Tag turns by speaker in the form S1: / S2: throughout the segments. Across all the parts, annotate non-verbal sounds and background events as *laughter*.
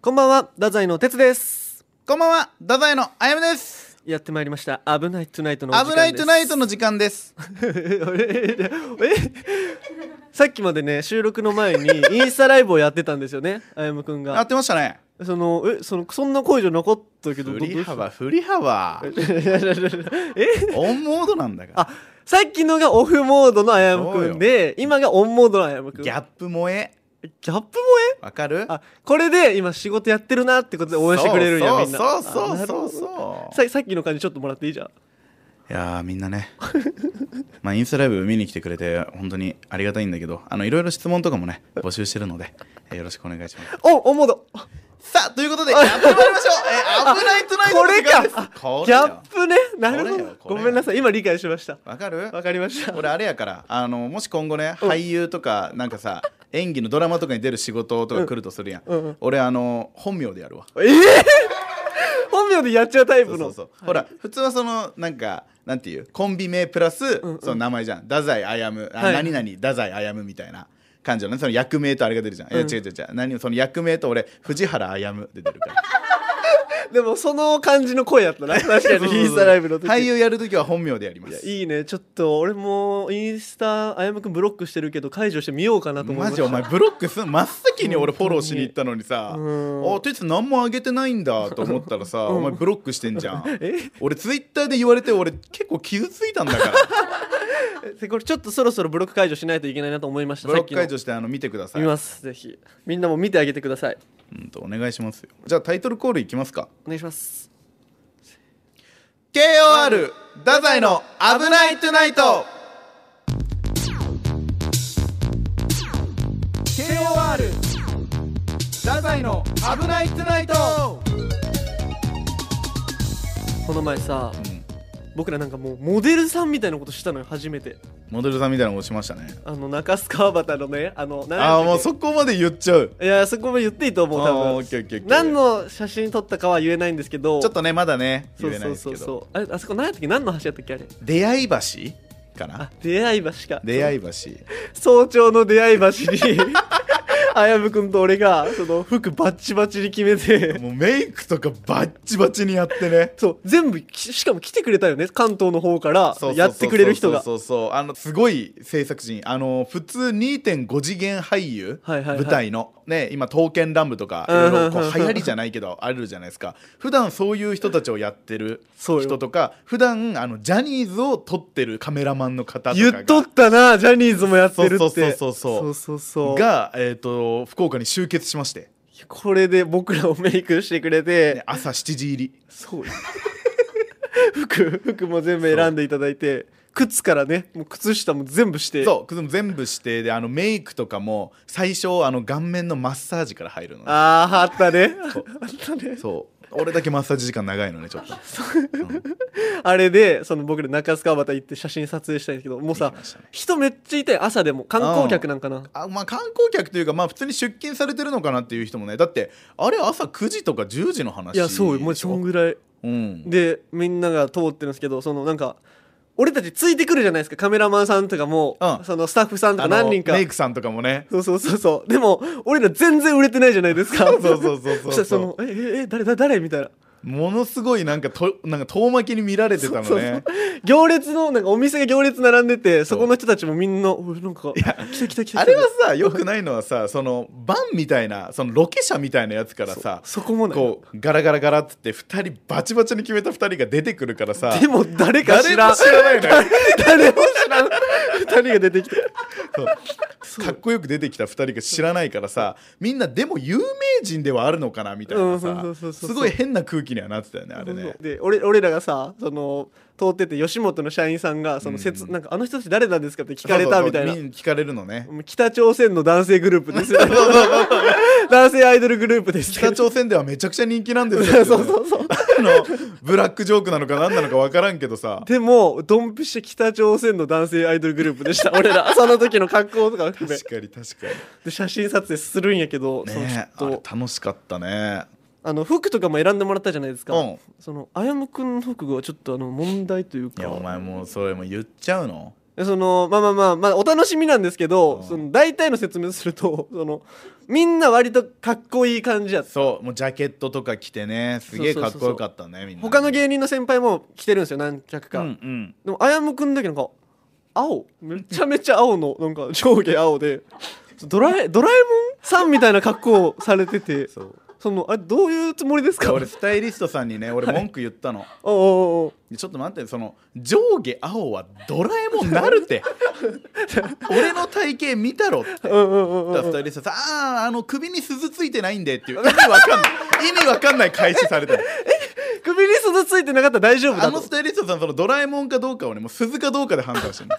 S1: こんばんは太宰の哲です
S2: こんばんは、ダザイのあやめです。
S1: やってまいりました危ないトゥナイトのお時間で
S2: 危
S1: す
S2: ないトゥナ
S1: *laughs*
S2: イトの時間です。
S1: えさっきまでね収録の前にインスタライブをやってたんですよねあやむくん
S2: やっ
S1: が
S2: てましたね。
S1: そのえそのそんな声じゃ残ったけど
S2: 振
S1: ど
S2: り
S1: ど
S2: 幅、振り *laughs* 幅。
S1: うしたえ
S2: オンモードなんだから。
S1: あさっきのがオフモードのあやむくんで今がオンモードのあやむくん
S2: ギャップ萌え。
S1: ギャップ萌え
S2: わかる
S1: あこれで今仕事やってるなってことで応援してくれるんや
S2: そう
S1: みんな
S2: そうそう
S1: あなるほど
S2: そうそう。
S1: ささっきの感じちょっともらっていいじゃん
S2: いやーみんなね。 *laughs* まあインスタライブ見に来てくれて本当にありがたいんだけど、あのいろいろ質問とかもね募集してるので、えーよろしくお願いします。
S1: おオンモード
S2: さあということでやってまいりましょう。えー危ないトゥナイト
S1: こ
S2: の
S1: れ
S2: 時間です
S1: か。
S2: こ
S1: ギ
S2: れ
S1: ャ
S2: よ
S1: ップねなるほ
S2: こ
S1: ど
S2: れよこ
S1: ご
S2: れよ
S1: めんなさい今理解しました
S2: わかる？
S1: わかりました
S2: 俺あれやからあのもし今後ね俳優とかなんかさ演技のドラマとかに出る仕事とか来るとするやん、
S1: うんうん
S2: 俺あの本名でやるわ
S1: ええ本名でやっちゃうタイプ
S2: そう
S1: の
S2: そうそう、ほら普通はそのなんかなんていうコンビ名プラス、
S1: んうん
S2: その名前じゃん太宰あやむあ、
S1: はい
S2: 何々太宰あやむみたいな感じのねその役名とあれが出るじゃん、え
S1: うん
S2: 違う違う違う何もその役名と俺藤原あやむで出るから
S1: でもその感じの声やった *laughs* な確か
S2: そうそう
S1: に
S2: そう
S1: インスタライブの時
S2: 俳優やるときは本名でやりま
S1: いや
S2: す
S1: いいねちょっと俺もインスタあやむくんブロックしてるけど解除してみようかなと思いました
S2: マジお前ブロックすん真っ先に俺フォローしに行ったのにさ「
S1: うん
S2: あてつ何もあげてないんだ」と思ったらさ、お前ブロックしてんじゃん
S1: *laughs* え
S2: 俺ツイッターで言われて俺結構傷ついたんだから
S1: *laughs* えこれちょっとそろそろブロック解除しないといけないなと思いました
S2: ブロック解
S1: さっ
S2: 除してあの見てくだ
S1: きの
S2: さい
S1: 見ますぜひみんなも見てあげてください
S2: うんとお願いしますよじゃあタイトルコールいきますか
S1: お願いします
S2: KOR 太宰の「危ないトゥナイト」KOR 太宰の「危ないトゥナイト
S1: この前さ」
S2: うん
S1: 僕らなんかもうモデルさんみたいなことしたのよ初めて
S2: モデルさんみたいなの落ちましたね
S1: あの中須川端のねあの何
S2: ああーも
S1: や
S2: う
S1: ったっ
S2: そこまで言っちゃう
S1: けいやそこも言っていいと思う
S2: あー
S1: 多
S2: オ
S1: 分
S2: ッケーオッケーオッケー
S1: 何の写真撮ったかは言えないんですけど
S2: ちょっとねまだね
S1: そ
S2: 言
S1: う
S2: えな
S1: そ
S2: いで
S1: う
S2: す
S1: そ
S2: け
S1: う
S2: ど
S1: そうあれあそこ何やったっけ何の橋やったっけあれ
S2: 出会い橋か
S1: あ
S2: な
S1: 出会い橋か
S2: 出
S1: い
S2: 会い橋
S1: 早朝の出会い橋に *laughs* あやむくんと俺がその服バッチバチに決めて
S2: もうメイクとかバッチバチにやってね
S1: そう全部きしかも来てくれたよね関東の方から
S2: そうそうそ
S1: *laughs*
S2: う
S1: やってくれる人が
S2: そうそうそうあのすごい制作陣あの普通2.5次元俳優、
S1: はいはいはい
S2: 舞台のね今刀剣乱舞とかい
S1: うんうん
S2: ろ
S1: うん
S2: い
S1: うん
S2: ろこう流行りじゃないけどあるじゃないですか普段そういう人たちをやってる
S1: そうよ
S2: 人とか普段あのジャニーズを撮ってるカメラマンの方とかが
S1: 言っとったなジャニーズもやってるって
S2: そうそうそうそ
S1: そ
S2: うそうう
S1: そうそう
S2: が、えー、と福岡に集結しまして、
S1: これで僕らをメイクしてくれて、
S2: ね朝7時入り
S1: そうよ *laughs* 服服も全部選んでいただいて靴からねもう靴下も全部して
S2: そうでも全部指定であのメイクとかも最初あの顔面のマッサージから入るのね
S1: あああったね
S2: そう
S1: あったね
S2: そう俺だけマッサージ時間長いのねちょっと
S1: あれでその僕ら中須川端行って写真撮影したいんですけどもう
S2: 行
S1: さ
S2: きましたね
S1: 人めっちゃいたよ朝でも観光客なんかな
S2: あまあ観光客というかまあ普通に出勤されてるのかなっていう人もねだってあれ朝9時とか10時の話
S1: いやそうよもうそんぐらい
S2: うん
S1: でみんなが通ってるんですけどそのなんか俺たちついてくるじゃないですかカメラマンさんとかも、
S2: うん
S1: そのスタッフさんとか
S2: あの
S1: 何人か
S2: メイクさんとかもね
S1: そうそうそうそうでも俺ら全然売れてないじゃないですか
S2: そうそうそうそうそう
S1: したらその「えええ誰だ誰?」みたいな
S2: ものすごいなんかとなんか遠巻きに見られてたのね
S1: そうそう行列のなんかお店が行列並んでてそこの人たちもみんな「おいなんか来た来た来た来た」
S2: あれはさよくないのはさそのバンみたいなそのロケ車みたいなやつからさ
S1: そこもない
S2: こうガラガラガラっつって2人バチバチに決めた2人が出てくるからさ
S1: でも誰か
S2: 誰
S1: 知ら
S2: も
S1: ん
S2: 知らないのよ
S1: *laughs* 誰も知らん2人が出てきて
S2: そうかっこよく出てきた2人が知らないからさみんなでも有名人ではあるのかなみたいな
S1: うんそう
S2: さ
S1: そうそうそう
S2: すごい変な空気にはなってたよねあれ
S1: そう
S2: ね
S1: そうで俺俺らがさその通ってて吉本の社員さんがその、せつなんかあの人たち誰なんですかって聞かれたみたいな
S2: そうそうそうみん聞かれるのね
S1: もう北朝鮮の男性グループです
S2: *laughs*
S1: 男性アイドルグループです
S2: 北朝鮮ではめちゃくちゃ人気なんです
S1: *laughs*
S2: よ
S1: そうそうそう
S2: あのブラックジョークなのか何なのか分からんけどさ
S1: *laughs* でもドンピシャ北朝鮮の男性アイドルグループでした
S2: *laughs*
S1: 俺らその時の格好とか含め
S2: 確かに確かに
S1: で写真撮影するんやけど、そのち
S2: ね
S1: ょっと
S2: あれ楽しかったね
S1: あの服とかも選んでもらったじゃないですか、
S2: うん
S1: そのあやむくんの服がちょっとあの問題という
S2: い
S1: か
S2: やお前もうそれも言っちゃうの
S1: でそのまあまあまあまあお楽しみなんですけ
S2: う
S1: ど
S2: ん
S1: その大体の説明すると *laughs* そのみんな割とかっこいい感じやった
S2: そうもうジャケットとか着てねすげえかっこよかったねみんな
S1: 他の
S2: ー
S1: 芸人の先輩も来てるんですよ何着か、
S2: うんうん
S1: でもあやむくんだけなんか青めちゃめちゃ青のなんか上下青でドラえドラえもんさんみたいな格好をされてて
S2: そう
S1: そのあれどういうつもりです
S2: いや
S1: か
S2: 俺スタイリストさんに
S1: *laughs*
S2: ね俺文句言ったの、
S1: おうおうおう
S2: でちょっと待ってその上下青はドラえもんなる
S1: *laughs*
S2: って俺の体型見たろって
S1: うんうんうんうん
S2: だからスタイリストさん「ああーあの首に鈴ついてないんで」っていう意味わかんない意味わかんない開始されたの
S1: 首に鈴ついてなかったら大丈夫
S2: あ
S1: だ
S2: の
S1: と
S2: スタイリストさんそのドラえもんかどうかをねもう鈴かどうかで判
S1: *laughs*
S2: 断してるの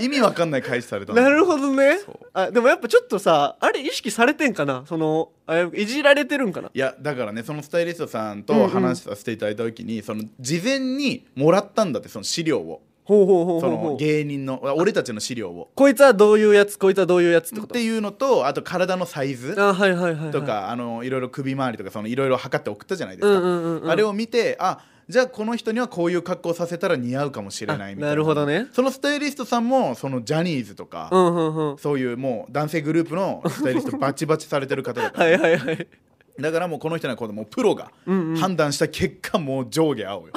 S2: 意味わかんない開始されたの
S1: なるほどね
S2: そう
S1: あでもやっぱちょっとさあれ意識されてんかなそのあやむいじられてるんかない
S2: やだからねそのスタイリストさんと話させていただいた時に、その事前にもらったんだってその資料を
S1: ほうほうほう
S2: そ
S1: ほう
S2: の
S1: ほう
S2: 芸人の俺たちの資料を
S1: こいつはどういうやつこいつはどういうやつってこ
S2: っ
S1: と
S2: ていうのとあと体のサイズ
S1: あはいはいはい、はい、
S2: とか、い、あのいろいろ首周りとかそのいろいろ測って送ったじゃないです
S1: うん
S2: か、
S1: うんうん、うん、
S2: あれを見てあじゃあこの人にはこういう格好させたら似合うかもしれないみたいな
S1: あなるほどね
S2: そのスタイリストさんもそのジャニーズとか、
S1: うんうんうん
S2: そういうもう男性グループのスタイリストバチバチされてる方だから、
S1: *laughs* はいはいはい
S2: だからもうこの人にはこうもうプロが
S1: うんうん
S2: 判断した結果もう上下
S1: *laughs*
S2: 青よ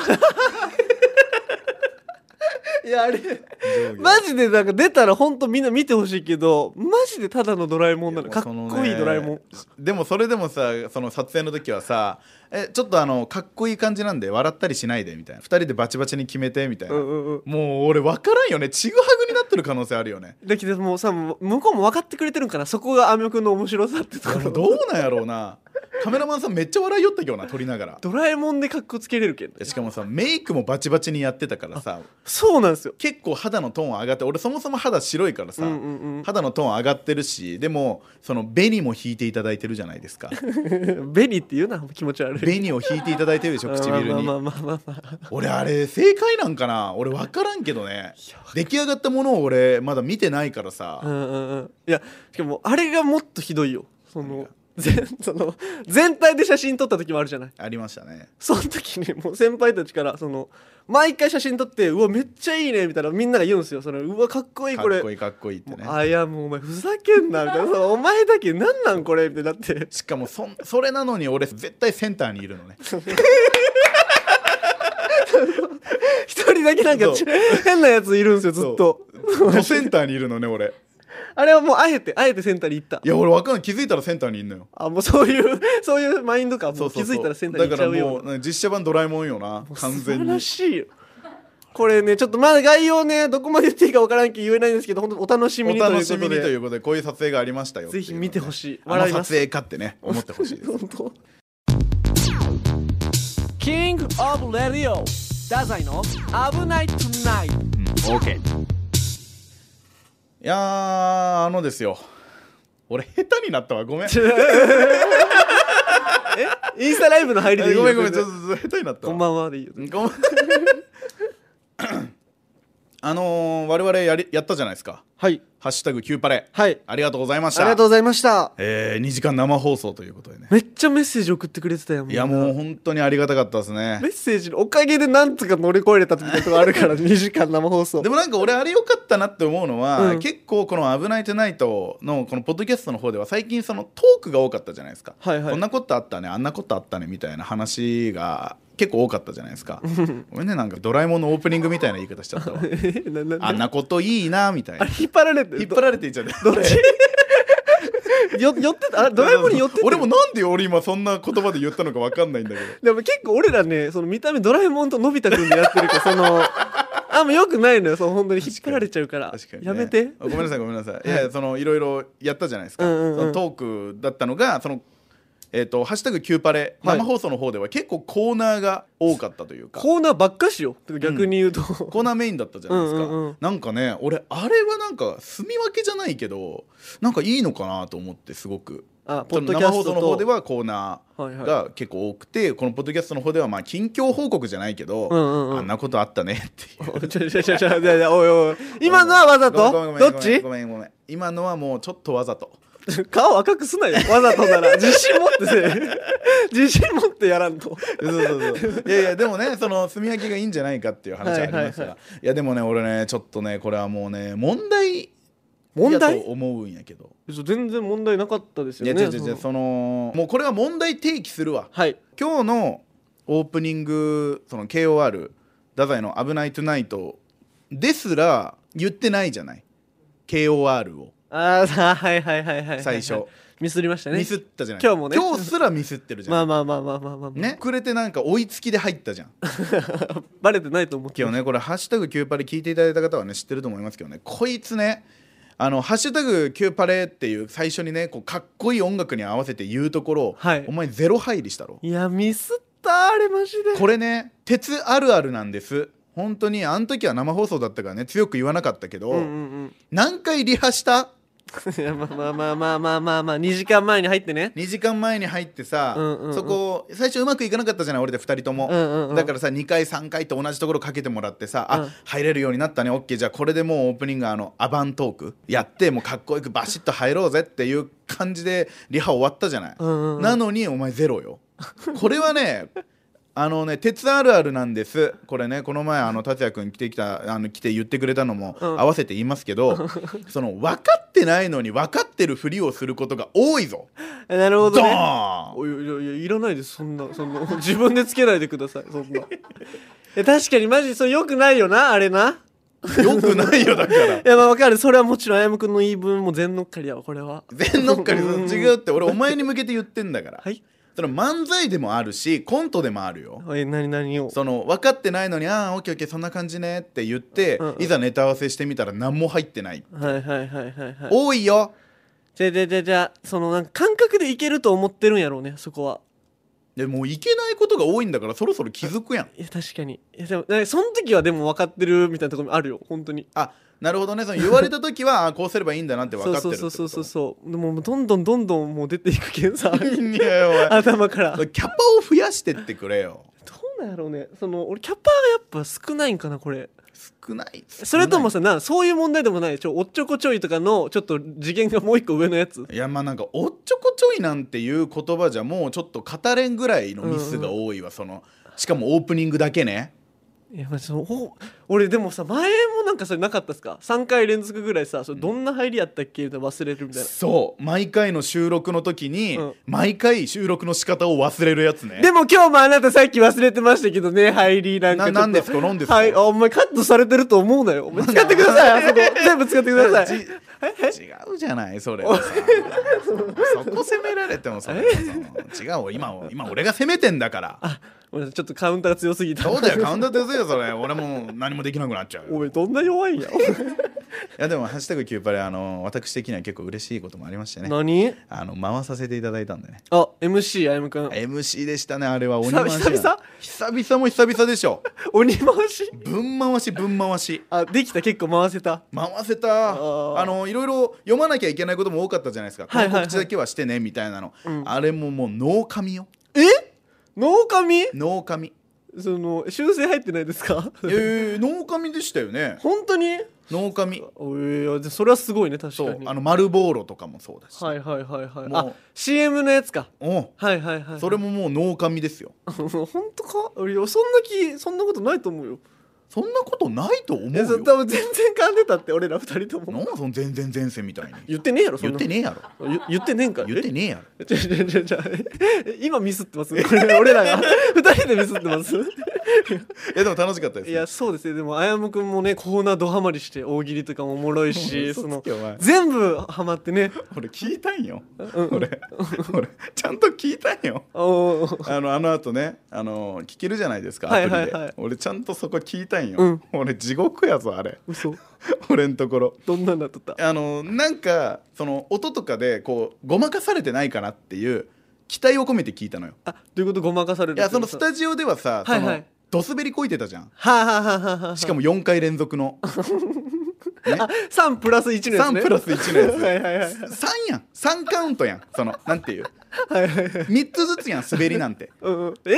S1: いやあれ
S2: 上下
S1: マジでなんか出たらほんとみんな見てほしいけどマジでただのドラえもんなの
S2: い
S1: か
S2: や
S1: っこ
S2: もう
S1: いい
S2: そのね
S1: ドラえもん
S2: でもそれでもさその撮影の時はさえちょっとあのかっこいい感じなんで笑ったりしないでみたいな2人でバチバチに決めてみたいな、
S1: うんうんうん
S2: もう俺分からんよねちぐはぐになってる可能性あるよね
S1: だけどもうさもう向こうも分かってくれてるんかなそこがアメくんの面白さってとこ
S2: これ
S1: ろ
S2: どうなんやろうなカメラマンさんめっちゃ笑いよったけどな撮りながら
S1: ドラえもんでかっこつけれるけん
S2: しかもさメイクもバチバチにやってたからさ
S1: そうなんですよ
S2: 結構肌のトーン上がって俺そもそも肌白いからさ、
S1: うんうん
S2: 肌のトーン上がってるしでもその紅も引いていただいてるじゃないで
S1: *laughs*
S2: すか
S1: うんベリーって言うな気持ち悪い
S2: 紅を引いていただいてるでしょ唇に
S1: まあまあまあまあまあまあ
S2: 俺あれ正解なんかな俺分からんけどね出来上がったものを俺まだ見てないからさ、
S1: うんうんうんいやしかもあれがもっとひどいよその全その全体で写真撮った時もあるじゃない
S2: ありましたね
S1: その時にもう先輩たちからその毎回写真撮ってうわめっちゃいいねみたいなみんなが言うんですよそのうわかっこいい
S2: か
S1: これ
S2: っこいいかっこいいってね
S1: もうあいやもうお前ふざけんなみたいなそのお前だけなんなんこれみたいになって *laughs*
S2: しかもそんそれなのに俺絶対センターにいるのね
S1: 一人だけなんかち変なやついるんですよずっと
S2: ドセンターにいるのね俺
S1: あれはもうあえてあえてセンターに行った
S2: いや俺分かんない気づいたらセンターにいんのよ
S1: あもうそういう *laughs* そういうマインドかも
S2: そううそうそ
S1: 気
S2: う
S1: づいたらセンターに行っちゃうような
S2: だからもう実写版ドラえもんよな完全
S1: 素晴ら
S2: に
S1: しいよこれねちょっとまだ概要ねどこまで言っていいか分からんけど言えないんですけど本当お楽しみ
S2: お
S1: にとい
S2: 楽
S1: う
S2: し
S1: こ
S2: み
S1: と
S2: にとい
S1: で
S2: うことでこういう撮影がありましたよ
S1: ぜひ見てほ
S2: い
S1: しいう
S2: のね
S1: 笑
S2: あ
S1: い
S2: の
S1: ま
S2: 撮
S1: す
S2: 影かってね思ってほしいで
S1: *laughs*
S2: す
S1: 本当キングオブレディオダザイの危ないトゥナイト
S2: うん OK いやーあのですよ俺下手になったわごめん
S1: えインスタライブの入りでいいよ
S2: ごめんごめん
S1: 全
S2: ち
S1: 然
S2: ょっと下手になったわ
S1: こんばんはでいいよ
S2: ごめんあのー、我々やりやったじゃないですか
S1: はい
S2: 「ハッシュタグ #Q パレ」
S1: はい
S2: ありがとうございまし
S1: あ
S2: た
S1: りがとうございました
S2: えー、2時間生放送ということでね
S1: めっちゃメッセージ送ってくれてたよ
S2: いやもう本当にありがたかったですね
S1: メッセージのおかげでなんとか乗り越えれたってことがある
S2: *laughs*
S1: から2時間生放送
S2: でもなんか俺あれ良かったなって思うのは、
S1: うん
S2: 結構この「危ないトゥナイト」のこのポッドキャストの方では最近そのトークが多かったじゃないですか、
S1: はいはい
S2: こんなことあったねあんなことあったねみたいな話が結構多かったじゃないですかごめんねなんかドラえもんのオープニングみたいな言い方しちゃった *laughs* わ
S1: え *laughs* なな
S2: あんなこといいなみたい
S1: あ
S2: な
S1: れ引っ張られてる
S2: 引っ張られていっちゃって
S1: どっ
S2: *laughs*
S1: ち *laughs* よ寄ってたあドラえもんに寄ってた
S2: *laughs* 俺もなんで俺今そんな言葉で言ったのか分かんないんだけど
S1: でも結構俺らねその見た目ドラえもんとのび太くんでやってるからそのあんまよくないのよその本当に引っ張られちゃうから
S2: 確かにね、
S1: やめて
S2: ごめんなさいごめんなさいいやそのいろいろやったじゃないですか、
S1: うんうんうん
S2: そのトークだったのがそのえっ、とハッシュタグキューパレ
S1: はい
S2: 生放送の方では結構コーナーが多かったというか、
S1: コーナーばっかしよてか逆に言うと、
S2: コーナーメインだったじゃないですか、
S1: うんうんうん
S2: なんかね俺あれはなんか住み分けじゃないけどなんかいいのかなと思ってすごく
S1: あポ
S2: そ
S1: ッ
S2: の
S1: ドキャ
S2: 生放
S1: スト
S2: 送
S1: と
S2: の方ではコーナ
S1: はい
S2: ー
S1: はい
S2: が結構多くてこのポッドキャストの方ではまあ近況報告じゃないけど、
S1: うんうんうん
S2: あんなことあったねっていう。
S1: おちょちょちょち
S2: *laughs*
S1: ょいやいやおいおい今のはわざ
S2: ごめんごめ
S1: と
S2: ん
S1: ど
S2: ごめん
S1: っち
S2: ごめんごめんごめん今のはもうちょっとわざと
S1: 顔赤くすなよわざとなら自信持ってせ自信持って *laughs* やらんと
S2: そうそうそういやいやでもねその炭焼きがいいんじゃないかっていう話はありますが、
S1: はいはい
S2: い
S1: は
S2: やでもね俺ねちょっとねこれはもうね問題
S1: 問
S2: だと
S1: 題
S2: 思うんやけど
S1: 全然問題なかったです
S2: いや
S1: よ
S2: 違
S1: ね
S2: う違う違う
S1: その
S2: そのもうこれは問題提起するわ
S1: はい
S2: 今日のオープニングその KOR 太宰の「危ないトゥナイト」ですら言ってないじゃない KOR を
S1: ああはいはいはいはいはい
S2: 最初
S1: ミスりましたね
S2: ミスったじゃない
S1: 今日もね
S2: 今日すらミスってるじゃん、
S1: まあまあまあまあまあまあ、まあ
S2: ねくれてなんか追いつきで入ったじゃん
S1: *laughs* バレてないと思うけ
S2: 今日ねこれ「ハッシュタグ #9 パレ」聞いていただいた方はね知ってると思いますけどねこいつねあの「ハッシュタグ #9 パレ」っていう最初にねこうかっこいい音楽に合わせて言うところ、
S1: はい
S2: お前ゼロ入りしたろ
S1: いやミスったあれマジで
S2: これね鉄あるあるなんです本当にあの時は生放送だったからね強く言わなかったけど、
S1: うんうん *laughs*
S2: 何回リハし
S1: うん
S2: た
S1: いやまあまあまあまあまあまあまあ2時間前に入ってね
S2: 2時間前に入ってさ、
S1: うんうんうん
S2: そこ最初うまくいかなかったじゃない俺で2人とも、
S1: うんうんうん
S2: だからさ2回3回と同じところかけてもらってさ、
S1: うん
S2: あ入れるようになったねオッケーじゃあこれでもうオープニングあのアバントークやってもうかっこよくバシッと入ろうぜっていう感じでリハ終わったじゃない、
S1: うんうんうん
S2: なのにお前ゼロよこれはねあのね鉄あるあるなんですこれねこの前あの達也君来てきたあの来て言ってくれたのも
S1: うん
S2: 合わせて言います
S1: *laughs*
S2: けど、その分かってないのに分かってるふりをすることが多いぞ
S1: えなるほど
S2: ド
S1: ね
S2: ーン
S1: おいやいやいやいらないですそんなそんな自分でつけないでくださいそんな *laughs* え確かにマジそれよくないよなあれな
S2: よくないよだから
S1: いやまあわかるそれはもちろんあやむくんの言い分も全乗っかりやわこれは
S2: 全乗っかり
S1: うん
S2: 違うって俺お前に向けて言ってんだから
S1: はい
S2: その漫才でもあるしコントでもあるよ
S1: え何何を
S2: その分かってないのに「ああオッケーオッケーそんな感じね」って言って、
S1: うんうん
S2: いざネタ合わせしてみたら何も入ってない、
S1: はいはいはいはいはい
S2: 多いよ
S1: じゃあじゃあじゃあじゃあそのなんか感覚でいけると思ってるんやろうねそこは
S2: でもういけないことが多いんだからそろそろ気づくやん
S1: いや確かにいやでもなんかその時はでも分かってるみたいなところもあるよ本当に
S2: あなるほどねその言われた時はあーこうすればいいんだなって分
S1: そ
S2: か
S1: う
S2: っ
S1: そう
S2: てるって
S1: そ
S2: こ
S1: う
S2: と
S1: そうそうそうでももうどんどんどんどんもう出ていくけん
S2: *laughs*
S1: さ
S2: いやいやおい
S1: 頭
S2: *laughs*
S1: から
S2: そ
S1: ど
S2: のキャパを増やしてってくれよ
S1: うなんやろうねその俺キャパがやっぱ少ないんかなこれ
S2: 少ない
S1: それともさなそういう問題でもないちょおっちょこちょいとかのちょっと次元がもう一個上のやつ
S2: いやまあなんかおっちょこちょいなんていう言葉じゃもうちょっと語れんぐらいのミスが多いわ、そのしかもオープニングだけね
S1: いやまあそのほ俺でもさ前もなんかそれなかったっすか3回連続ぐらいさそれどんな入りやったっけみたいな忘れるみたいな、
S2: そう毎回の収録の時に、
S1: うん
S2: 毎回収録の仕方を忘れるやつね
S1: でも今日もあなたさっき忘れてましたけどね入りなんかちょっと
S2: ななんですかなんですか
S1: はいあお前カットされてると思うなよお前使ってくださいあそこ全部使ってください
S2: じ違うじゃないそれはさそこ責められてもそれはその違うわ今今俺が責めてんだから
S1: あごめんなさいちょっとカウンターが強すぎた
S2: そうだよカウンターですよそれ俺もう何もできなくなっちゃう
S1: お
S2: よい
S1: 前どんな弱いんや
S2: やでも「ハッシュタグキューパレ」あの私的には結構嬉しいこともありましてね
S1: 何
S2: あの回させていただいたんでね
S1: あ MC あやむ
S2: *laughs*
S1: くん
S2: MC でしたねあれは鬼回し
S1: 久々
S2: 久々も久々でしょ
S1: 鬼回し
S2: 分回し分回し
S1: あできた結構回せた
S2: 回せ
S1: あ
S2: た
S1: ー
S2: あのいろいろ読まなきゃいけないことも多かったじゃないですか、
S1: はいはいはい
S2: この告知だけはしてねみたいなの、
S1: うん
S2: あれももう脳紙よ
S1: え脳神 *laughs*
S2: 脳紙
S1: その修正入ってないですか
S2: えー、脳紙でしたよね
S1: 本当に
S2: 脳紙
S1: おいやじゃそれはすごいね確
S2: そ
S1: か
S2: う
S1: に
S2: あの丸ボーロとかもそうだし、
S1: はいはいはいはい
S2: もう
S1: あ CM のやつか
S2: おう
S1: はいはいはい
S2: それももう脳紙ですよ
S1: 本当か俺そんな気そんなことないと思うよ
S2: そんなことないと思う
S1: えそ
S2: よ
S1: う多分全然噛んでたって俺ら二人とも
S2: なんだその全然前世みたいに
S1: 言ってねえやろそん
S2: 言っ
S1: な
S2: てねえやろ
S1: え言言ってねえんか
S2: 言ってねえやろ
S1: えちょちょちょちょえ
S2: *laughs*
S1: 今ミスってますこれ俺らが二人でミスってます
S2: いやでも楽しかったで
S1: *laughs*
S2: す
S1: いやそうですねでもあやむくんもねコーナードハマりして大喜利とかもおもろいし
S2: 嘘
S1: その
S2: つけお前
S1: 全部ハマってね
S2: 俺聞いたんよ
S1: うんうん
S2: 俺俺ちゃんと聞いたんよ
S1: おー
S2: あのあの後ねあの聞けるじゃないですか
S1: はい
S2: アプリで、
S1: はいはい
S2: 俺ちゃんとそこ聞いたんよ、
S1: うん
S2: 俺地獄やぞあれ
S1: 嘘
S2: 俺んところ
S1: どんなんなっとった
S2: あのなんかその音とかでこうごまかされてないかなっていう期待を込めて聞いたのよ
S1: あどういうことごまかされる
S2: いやそのス
S1: は
S2: タジオではさ、
S1: はいはい
S2: そのドスベリこいてたじゃん
S1: あ、はあはあはあはあ、
S2: しかも4回連続の
S1: あ3プラス1のやつ、ね、
S2: 3プラス1のやつ
S1: はいはいはい
S2: 3やん3カウントやんそのなんていう
S1: はいはいはい
S2: 3つずつやん滑りなんて
S1: うんうんえ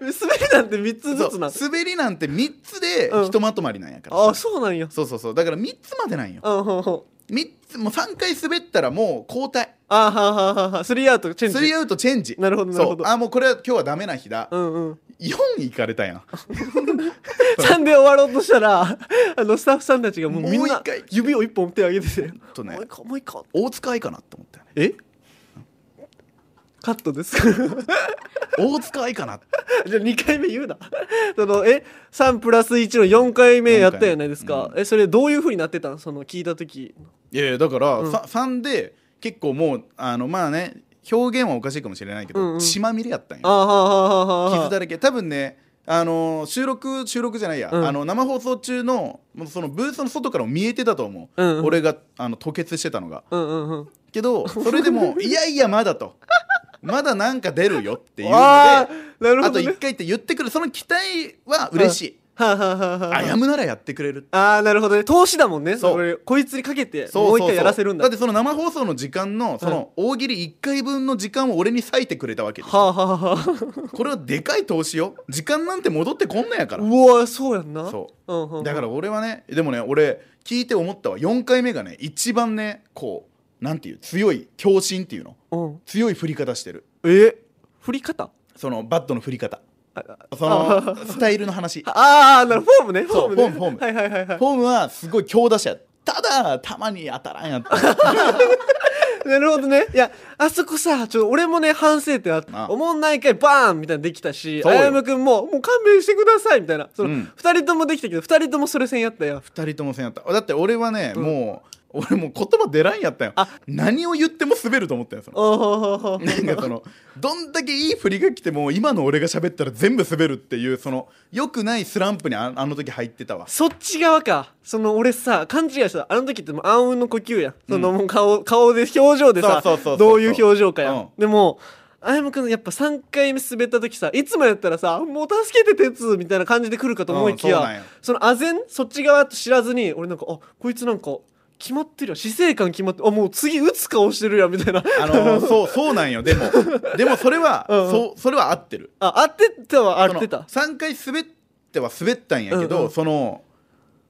S1: 滑りなんて3つずつなん
S2: そう滑りなんて3つで
S1: うん
S2: ひとまとまりなんやから、
S1: あそうなんや
S2: そうそうそうだから3つまでなんよ
S1: うんうんうん
S2: 三つもう3回滑ったらもう交代
S1: あーはあはあはあはあスリーアウトチェンジ
S2: スリーアウトチェンジ
S1: なるほどなるほど
S2: そうあもうこれは今日はダメな日だ
S1: うんうん
S2: 4行かれたやん
S1: *laughs* 3で終わろうとしたら *laughs* あのスタッフさんたちがもうみん
S2: もう
S1: な
S2: 一回
S1: 指を一本手上げてて
S2: とね
S1: もう一個もう一個
S2: 大塚愛かなって思ったよね
S1: えカットです *laughs*
S2: 大塚愛かなって
S1: じゃあ2回目言うな *laughs* そのえ3プラス1の4回目やったじゃないですか、えそれどういうふうになってたんその聞いた時
S2: いやいやだから、
S1: うん
S2: さ3で結構もうあのまあね表現はおかしいかもしれないけど、
S1: うんうん
S2: 血まみれやったん
S1: あ
S2: よ
S1: あはあはあはあ
S2: 傷
S1: はあ
S2: だらけ多分ねあの収録収録じゃないや、
S1: うん
S2: あの生放送中のもうそのブースの外からも見えてたと思う、
S1: うんうん
S2: 俺があの吐血してたのが
S1: うんうんうん
S2: けどそれで
S1: *laughs*
S2: もいやいやまだとまだなんか出るよっていうので
S1: あ
S2: あ,、
S1: ーなるほ
S2: と
S1: ど、ね、
S2: 1回って言ってくるその期待は嬉しい、
S1: はあはあはあはあ
S2: 謝むならやってくれる
S1: ああなるほどね投資だもんね
S2: そう
S1: それこいつにかけて
S2: そ
S1: も
S2: うそう
S1: う
S2: そう
S1: 一回やらせるんだ
S2: だってその生放送の時間のその大喜利1回分の時間を俺に割いてくれたわけです
S1: はあはあはあ
S2: これはでかい投資よ時間なんて戻ってこんのやから
S1: うわそうやんな、
S2: そう
S1: んうんうん、
S2: だから俺はねでもね俺聞いて思ったわ4回目がね一番ねこうなんていう強い強振っていうの
S1: ら、うん、
S2: 強い振り方してる
S1: え振り方
S2: そのバットの振り方
S1: あ
S2: そのスタイルの話フ
S1: ああなるフォームねフォ
S2: そ
S1: ー
S2: う
S1: ムね
S2: フォームフォーム
S1: はいはいはいは
S2: ォームはすごい強打者やただたまに当たらんやった
S1: いなるほどねいやあそこさちょっと俺もね反省点あっ
S2: あ
S1: たおもんない回バーンみたいなのできたし
S2: そうよ
S1: あやむくんももう勘弁してくださいみたいなその、
S2: う
S1: 二
S2: ん
S1: 人ともできたけど二人ともそれせんや
S2: *laughs*
S1: ったよ
S2: 二人ともせんやっただって俺はね、もう俺もう言葉出らんやったよ
S1: あ
S2: 何を言っても滑ると思ったよその
S1: おおほ
S2: なん
S1: *laughs*
S2: かそのどんだけいい振りが来ても今の俺が喋ったら全部滑るっていうその良くないスランプにああの時入ってたわ
S1: そっち側かその俺さ勘違いしたあの時ってもう暗雲の呼吸やんそのもう顔顔で表情でさ
S2: そうそうそうそう
S1: どういう表情かや、
S2: うん
S1: でもあやむくんやっぱ3回目滑った時さいつもやったらさ「もう助けて鉄」みたいな感じで来るかと思いきや、
S2: うんそうなんよ
S1: そのあぜんそっち側と知らずに俺なんかあこいつなんか決まってるやん姿勢感決まってあもう次打つ顔してるやんみたいな
S2: あのーそうそうなんよでもでもそれ
S1: *laughs*
S2: は、
S1: うんうん
S2: そうそれは合ってる
S1: あ合ってたは合ってた
S2: 3回滑っては滑ったんやけど、
S1: うんうん
S2: その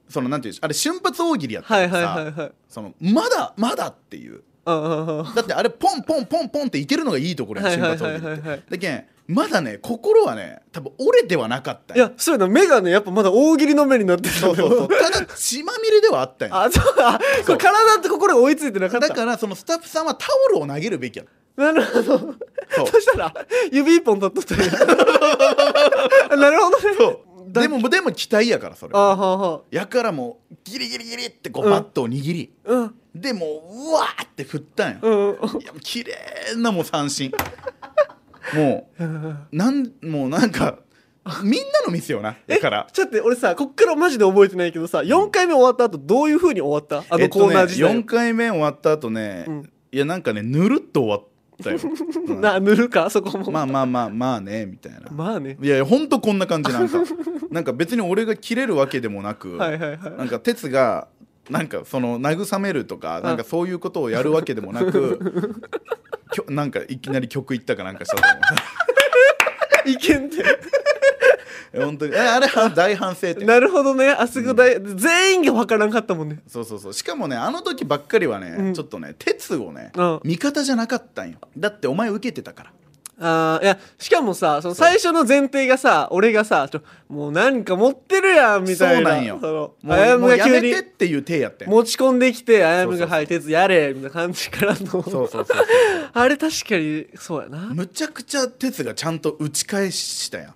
S2: そのなんていうんでしょうあれ瞬発大喜利やった
S1: は
S2: か
S1: い
S2: らさ、
S1: はいはいはい
S2: そのまだまだっていう
S1: うんうんうん
S2: だってあれポンポンポンポンっていけるのがいいところやん
S1: はい
S2: 瞬
S1: はいは
S2: 発大
S1: い
S2: 喜利
S1: は
S2: っ
S1: い
S2: て
S1: はい
S2: だけんまだね心はね多分折れてはなかったん
S1: い
S2: よ
S1: やそうやな目がねやっぱまだ大喜利の目になってる
S2: そうそうそうただ血まみれではあったん
S1: *laughs*
S2: よ
S1: あ、そう、あ、こ
S2: そ
S1: れ
S2: う
S1: 体と心が追いついてなかった。
S2: だからそのスタッフさんはタオルを投げるべきやった
S1: なるほど。
S2: そ
S1: そうしたら、指一本取っとった。 *laughs* なるほどね。だ
S2: でもでも期待やからそれ
S1: あはあはあ。
S2: やからもうギリギリギリってこう
S1: うん
S2: バットを握り、
S1: うん。
S2: でもううわーって振ったんよ、
S1: うん。
S2: いやもう綺麗なもう三振もうなんもうなんかみんなのミスよなだから
S1: ちょっと待って俺さこっからマジで覚えてないけどさ4回目終わった後どういうふうに終わったあ
S2: え
S1: の
S2: っと
S1: コーナー自体を、
S2: ね、4回目終わった後ね、
S1: うん
S2: いやなんかねぬるっと終わっ
S1: *laughs*
S2: たようん
S1: な塗るかそこも
S2: まあまあまあまあねみたいな
S1: まあね
S2: いやいやほんとこんな感じなんかなんか別に俺が切れるわけでもなく、
S1: はいはいはい
S2: なんか哲がなんかその慰めるとかなんかそういうことをやるわけでもなく
S1: *laughs*
S2: きょなんかいきなり曲いったかなんかしたと
S1: いけんって
S2: 思う *laughs* 本当にえあれは大反省点
S1: なるほどねあそこだい、全員が分からんかったもんね
S2: そうそうそうしかもねあの時ばっかりはね、
S1: うん
S2: ちょっとね哲をね、
S1: うん
S2: 味方じゃなかったんよだってお前受けてたから
S1: あーいやしかもさその最初の前提がさ俺がさちょもうなんか持ってるやんみたいな
S2: そうなんよ
S1: その
S2: も
S1: あや
S2: う
S1: む
S2: も
S1: が
S2: うや
S1: 急
S2: め
S1: に
S2: てっていう手やってん
S1: 持ち込んできてあやむ
S2: そうそう
S1: が「
S2: そう
S1: はい鉄やれ」みたいな感じから
S2: そ
S1: の
S2: うそうそう
S1: *laughs* あれ確かにそうやな
S2: むちゃくちゃ哲がちゃんと打ち返したやん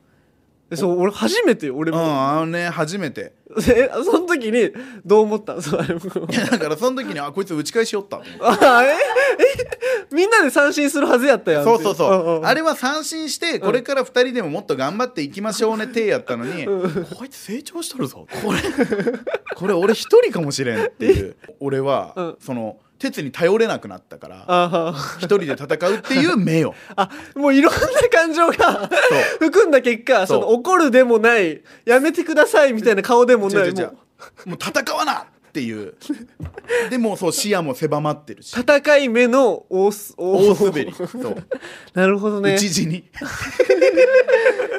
S1: そう俺初めてよ俺
S2: うん
S1: も、
S2: あのね初めて
S1: *laughs* でその時にどう思ったのそうあやむ君はい
S2: やだからその時にあこいつ打ち返しよったと思っ
S1: *laughs*
S2: て
S1: あええみんなで三振するはずやったやんってい
S2: そうそうそう、
S1: んん
S2: あれは三振してこれから2人でももっと頑張っていきましょうね手やったのに、こいつ成長しとるぞこれ *laughs* これ俺一人かもしれんっていう俺は、
S1: うん
S2: その鉄に頼れなくなったから
S1: あは
S2: 一人で戦うっていう目
S1: *laughs*
S2: よ
S1: あもういろんな感情が
S2: そ
S1: 含んだ結果
S2: そ
S1: そうの怒るでもないやめてくださいみたいな顔でも
S2: う違
S1: な
S2: う
S1: い
S2: 違う違
S1: も
S2: う
S1: う
S2: もう戦わなっていうでもうそう視野も狭まってるし
S1: 戦い目の大す
S2: 大
S1: 大
S2: 滑りそう
S1: *laughs* なるほどね
S2: 打ち死に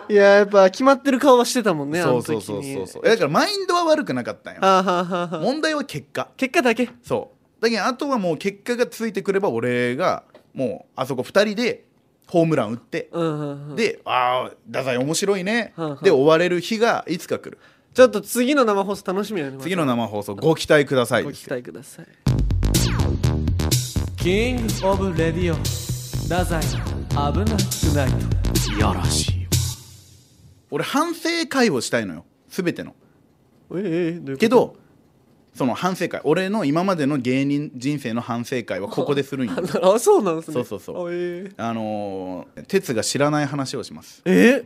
S1: いややっぱ決まってる顔はしてたもんねあ
S2: そ
S1: の
S2: う
S1: 時
S2: そ
S1: に
S2: うそうそうそうだからマインドは悪くなかったんよ
S1: はあはあはあはあ
S2: 問題は結果
S1: 結果だけ
S2: そだけどあとはもう結果がついてくれば俺がもうあそこ2人でホームラン打って、
S1: うんうんうん
S2: で「ああ太宰面白いね」
S1: うんうん
S2: で終われる日がいつか来る
S1: ちょっと次の生放送楽しみになります
S2: 次の生放送ご期待ください
S1: ご期待くださいキングオブレディオ太宰危なくない
S2: いやらしい俺反省会をしたいのよ全ての
S1: えええどういうこと
S2: けどその反省会俺の今までの芸人人生の反省会はここでするんよ
S1: *laughs* あそうなんですね
S2: そうそうそう
S1: あええ
S2: あのー哲が知らない話をします
S1: え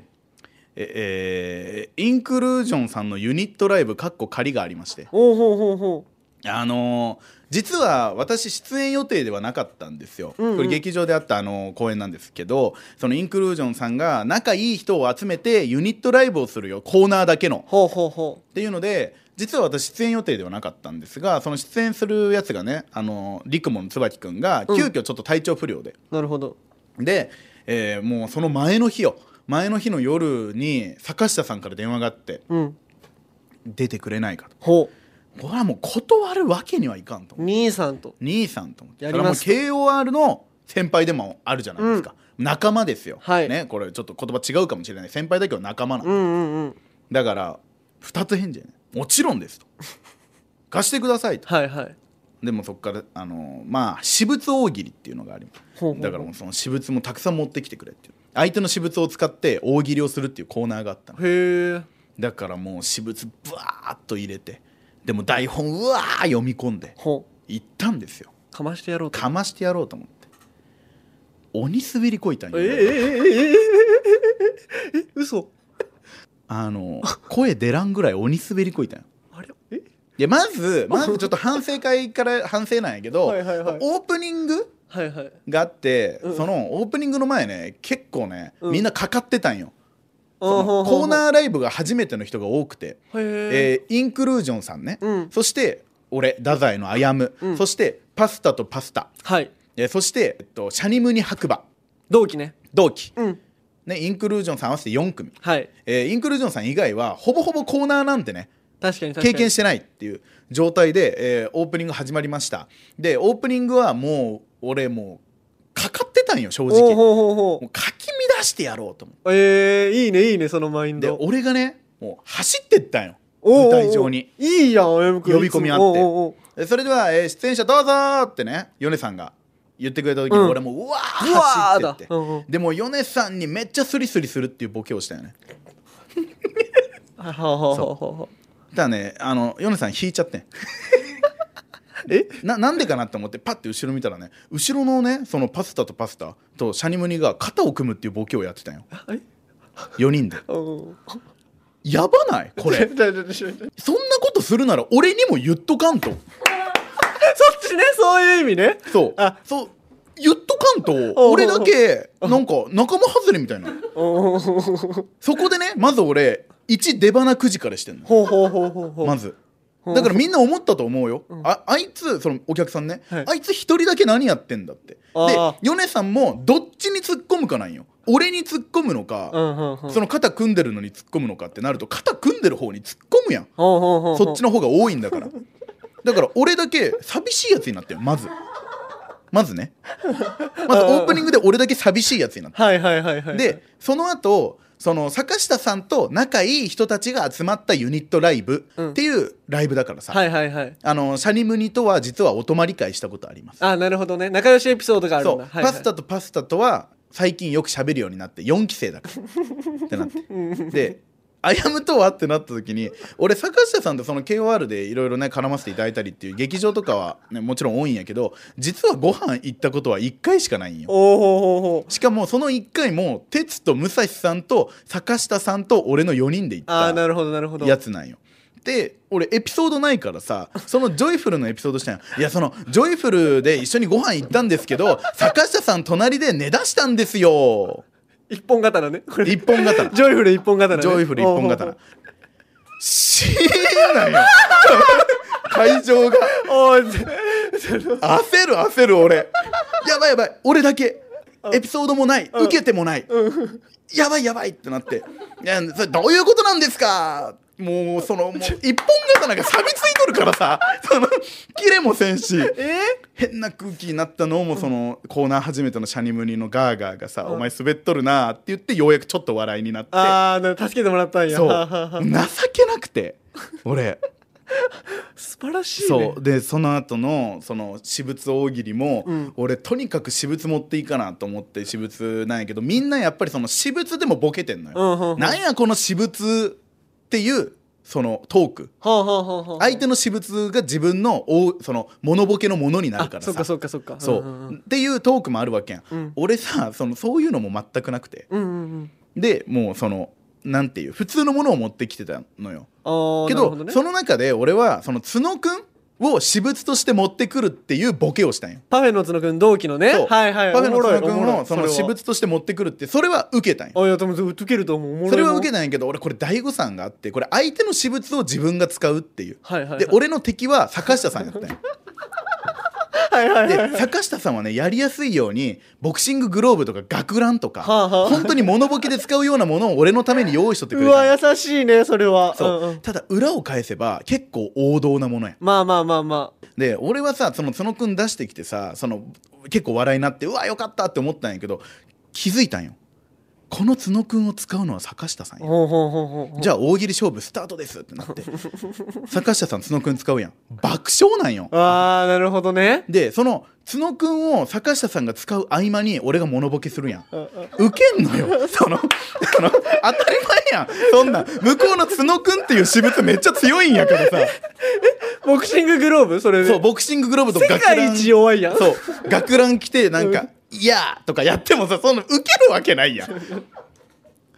S2: ええーインクルージョンさんのユニットライブかっこ仮がありまして
S1: おうほうほうほ
S2: あのー実は私出演予定ではなかったんですよ、
S1: うんうん
S2: これ劇場であったあのー公演なんですけどそのインクルージョンさんが仲いい人を集めてユニットライブをするよコーナーだけの
S1: うほうほうほ
S2: っていうので実は私出演予定ではなかったんですがその出演するやつがねあのリクモの椿くんが
S1: うん
S2: 急遽ちょっと体調不良で、
S1: うなるほど
S2: で、えーもうその前の日よ前の日の夜に坂下さんから電話があって
S1: うん
S2: 出てくれないかと
S1: ほ
S2: これはもう断るわけにはいかんと
S1: う
S2: 思って
S1: 兄さんと
S2: 兄さんと思って
S1: や
S2: そ
S1: り
S2: れはも
S1: ま
S2: う
S1: す
S2: KOR の先輩でもあるじゃないですか、仲間ですよ、
S1: はい
S2: ね、これちょっと言葉違うかもしれない先輩だけど仲間なんで
S1: うんうんうん
S2: だから二つ返事やねもちろんですと
S1: *laughs*
S2: 貸してくださいと
S1: はいはい
S2: でもそこからあのまあ私物大喜利っていうのがあります
S1: ほうほうほう
S2: だからもうその私物もたくさん持ってきてくれっていう相手の私物を使って大喜利をするっていうコーナーがあったの
S1: へえ
S2: だからもう私物ブワーッと入れてでも台本うわー読み込んで
S1: ほ
S2: 行ったんですよ
S1: うかましてやろうと
S2: かましてやろうと思って鬼滑りこいたん
S1: え
S2: よ、
S1: ええええええええええ嘘
S2: あの声出らんぐらい鬼滑りこいたんよ
S1: あれえ
S2: いやま
S1: *laughs*
S2: ずまずちょっと反省会から反省なんやけど
S1: はいはいはい
S2: オープニング
S1: はいはい
S2: があって、
S1: うん
S2: そのオープニングの前ね結構ね、
S1: うん
S2: みんなかかってたんよ
S1: あほうほう
S2: コーナーライブが初めての人が多くて、
S1: へえ
S2: えーインクルージョンさんね、
S1: うん
S2: そして俺太宰のあやむ、
S1: うん
S2: そしてパスタとパスタ、
S1: はい
S2: えーそして、えっと、シャニムニ白馬
S1: 同期ね
S2: 同期、
S1: うん
S2: ね、インクルージョンさん合わせて4組、
S1: はい
S2: えーインクルージョンさん以外はほぼほぼコーナーなんてね
S1: 確かに確か
S2: 経
S1: に
S2: 験してないっていう状態で、えーオープニング始まりましたでオープニングはもう俺もうかかってたんよ正
S1: お
S2: 直
S1: うほうほうほう
S2: もうかき乱してやろうと思って
S1: えー、いいねいいねそのマイン
S2: で
S1: ド
S2: 俺がねもう走ってったんよ
S1: おうおうおう
S2: 舞台上に
S1: いいやんおやむくん
S2: 呼び込みあって
S1: いつもおうおうおう
S2: でそれでは、えー出演者どうぞーってね米さんが言ってくれた時に
S1: うん
S2: 俺もううわー
S1: うわー
S2: 走
S1: だ
S2: ってって、
S1: うんうん
S2: でも米さんにめっちゃスリスリするっていうボケをしたよね
S1: はははは
S2: ただねあの米さん引いちゃ
S1: *laughs*
S2: ってん
S1: え
S2: ななんでかなと思ってパッて後ろ見たらね後ろのねそのパスタとパスタとシャニムニが肩を組むっていうボケをやってたんよ
S1: え
S2: 4人で
S1: うん
S2: やばないこ
S1: ちょ *laughs*
S2: れ
S1: ちょちょちょちょ
S2: そんなことするなら俺にも言っとかんと
S1: そっちねそういう意味ね
S2: そう
S1: あ
S2: そう言っとかんと
S1: おう
S2: 俺だけなんか仲間外れみたいな
S1: おうほうほうほう
S2: そこでねまず俺1出花くじからしてんの
S1: ほうほうほうほうほう
S2: まずだからみんな思ったと思うよ、ああいつそのお客さんね、
S1: はい
S2: あいつ一人だけ何やってんだってで
S1: あー
S2: 米さんもどっちに突っ込むかなんよ俺に突っ込むの
S1: う
S2: か、
S1: んうんうん
S2: その肩組んでるのに突っ込むのかってなると肩組んでる方に突っ込むやん
S1: ほうほうほうほう
S2: そっちの方が多いんだ
S1: *laughs*
S2: からだから俺だけ寂しいやつになってよまずま
S1: *laughs*
S2: ずねまずオープニングで俺だけ寂しいやつになって
S1: はいはいはいはい
S2: でその後その坂下さんと仲いい人たちが集まったユニットライブ
S1: うん
S2: っていうライブだからさ、
S1: はいはいはい
S2: あのシャニムニとは実はお泊まり会したことあります
S1: あなるほどね仲良しエピソードがある
S2: そ
S1: ん
S2: う、
S1: だはいは
S2: パ
S1: い
S2: スタとパスタとは最近よく喋るようになって4期生だから
S1: *laughs*
S2: ってなってで「あやむとは?」ってなった時に俺坂下さんとその KOR でいろいろね絡ませていただいたりっていう劇場とかは、ね、もちろん多いんやけど実はご飯行ったことは1回しかないんよ
S1: おうほうほうほう
S2: しかもその1回も哲と武蔵さんと坂下さんと俺の4人で行
S1: あー
S2: っ
S1: なるほどなるほ
S2: た
S1: ど
S2: やつなんよで俺エピソードないからさそのジョイフルのエピソードしたんよいやそのジョイフルで一緒にご飯行ったんですけど *laughs* 坂下さん隣で寝だしたんですよ
S1: 一本刀ねこれ
S2: 一
S1: *laughs*
S2: 本刀
S1: ジョイフル一本刀ね
S2: ジョイフル一本
S1: おう
S2: 刀死んだよ *laughs* 会場が
S1: おうおうおうぜその
S2: 焦る焦る俺やばいやばい俺だけエピソードもない受けてもないやばいやばいってなって「いやそれどういうことなんですか?」もうそのもう一本刀が錆びついとるからさその切れもせんし
S1: え
S2: 変な空気になったのもそのコーナー初めてのシャニムニのガーガーがさ「お前滑っとるな」って言ってようやくちょっと笑いになって
S1: ああ、な助けてもらったんや。
S2: そう
S1: 素
S2: 情けなくて俺
S1: 晴らしいね。
S2: そうでその後のその私物大喜利も、
S1: うん
S2: 俺とにかく私物持っていいかなと思って私物なんやけどみんなやっぱりその私物でもボケてんのよ、
S1: うんうんうん
S2: なんやこの私物っていうそのトーク
S1: はあはあはあはあ。
S2: 相手の私物が自分のおその物ボケのものになるから
S1: あそ
S2: さ
S1: っかそっかそっか。
S2: そう、
S1: んん
S2: っていうトークもあるわけやん、
S1: うん
S2: 俺さそのそういうのも全くなくて
S1: うんうんうん。
S2: でもうそのなんていう普通のものを持ってきてたのよ
S1: あー
S2: け
S1: なる
S2: ど
S1: ほね
S2: その中で俺はその角くんを私物として持ってくるっていうボケをしたんよ
S1: パフェの角くん同期のね。
S2: そう
S1: はいはい。
S2: パフェの
S1: おもろい
S2: 角く
S1: おも
S2: ん
S1: ろ
S2: を
S1: い
S2: その
S1: れは
S2: 私物として持ってくるってそれは受けたんよ
S1: あいやでも受けると思うおもろい
S2: それは受け
S1: け
S2: たんやけど俺これ大悟さんがあってこれ相手の私物を自分が使うっていう
S1: はいはいはい
S2: で俺の敵は坂下さんやった
S1: *laughs*
S2: んよ
S1: はいはいはい
S2: で坂下さんはねやりやすいようにボクシンググローブとか学ランとか、
S1: はあはあ
S2: 本当に物ボケで使うようなものを俺のために用意しとってく
S1: う
S2: れた
S1: わ
S2: の
S1: 優しいねそれは
S2: そう、
S1: んん
S2: ただ裏を返せば結構王道なものや
S1: まあまあまあまあ
S2: で俺はさその角くん出してきてさその結構笑いになってうわよかったって思ったんやけど気づいたんよこの角くんを使うのは坂下さんや
S1: ほうほうほうほうほう
S2: じゃあ大喜利勝負スタートですってなって坂下さん角くん使うやん爆笑なんよ
S1: ああなるほどね
S2: でその角くんを坂下さんが使う合間に俺がモノボケするやん
S1: うんうん
S2: ウケんのよそのその当たり前やんそんな向こうの角くんっていう私物めっちゃ強いんやからさ
S1: ボクシンググローブそれで
S2: そうボクシンググローブと
S1: 世界一弱いやん
S2: そう学ラン来てなんか「いやー」とかやってもさそんなウケるわけないやん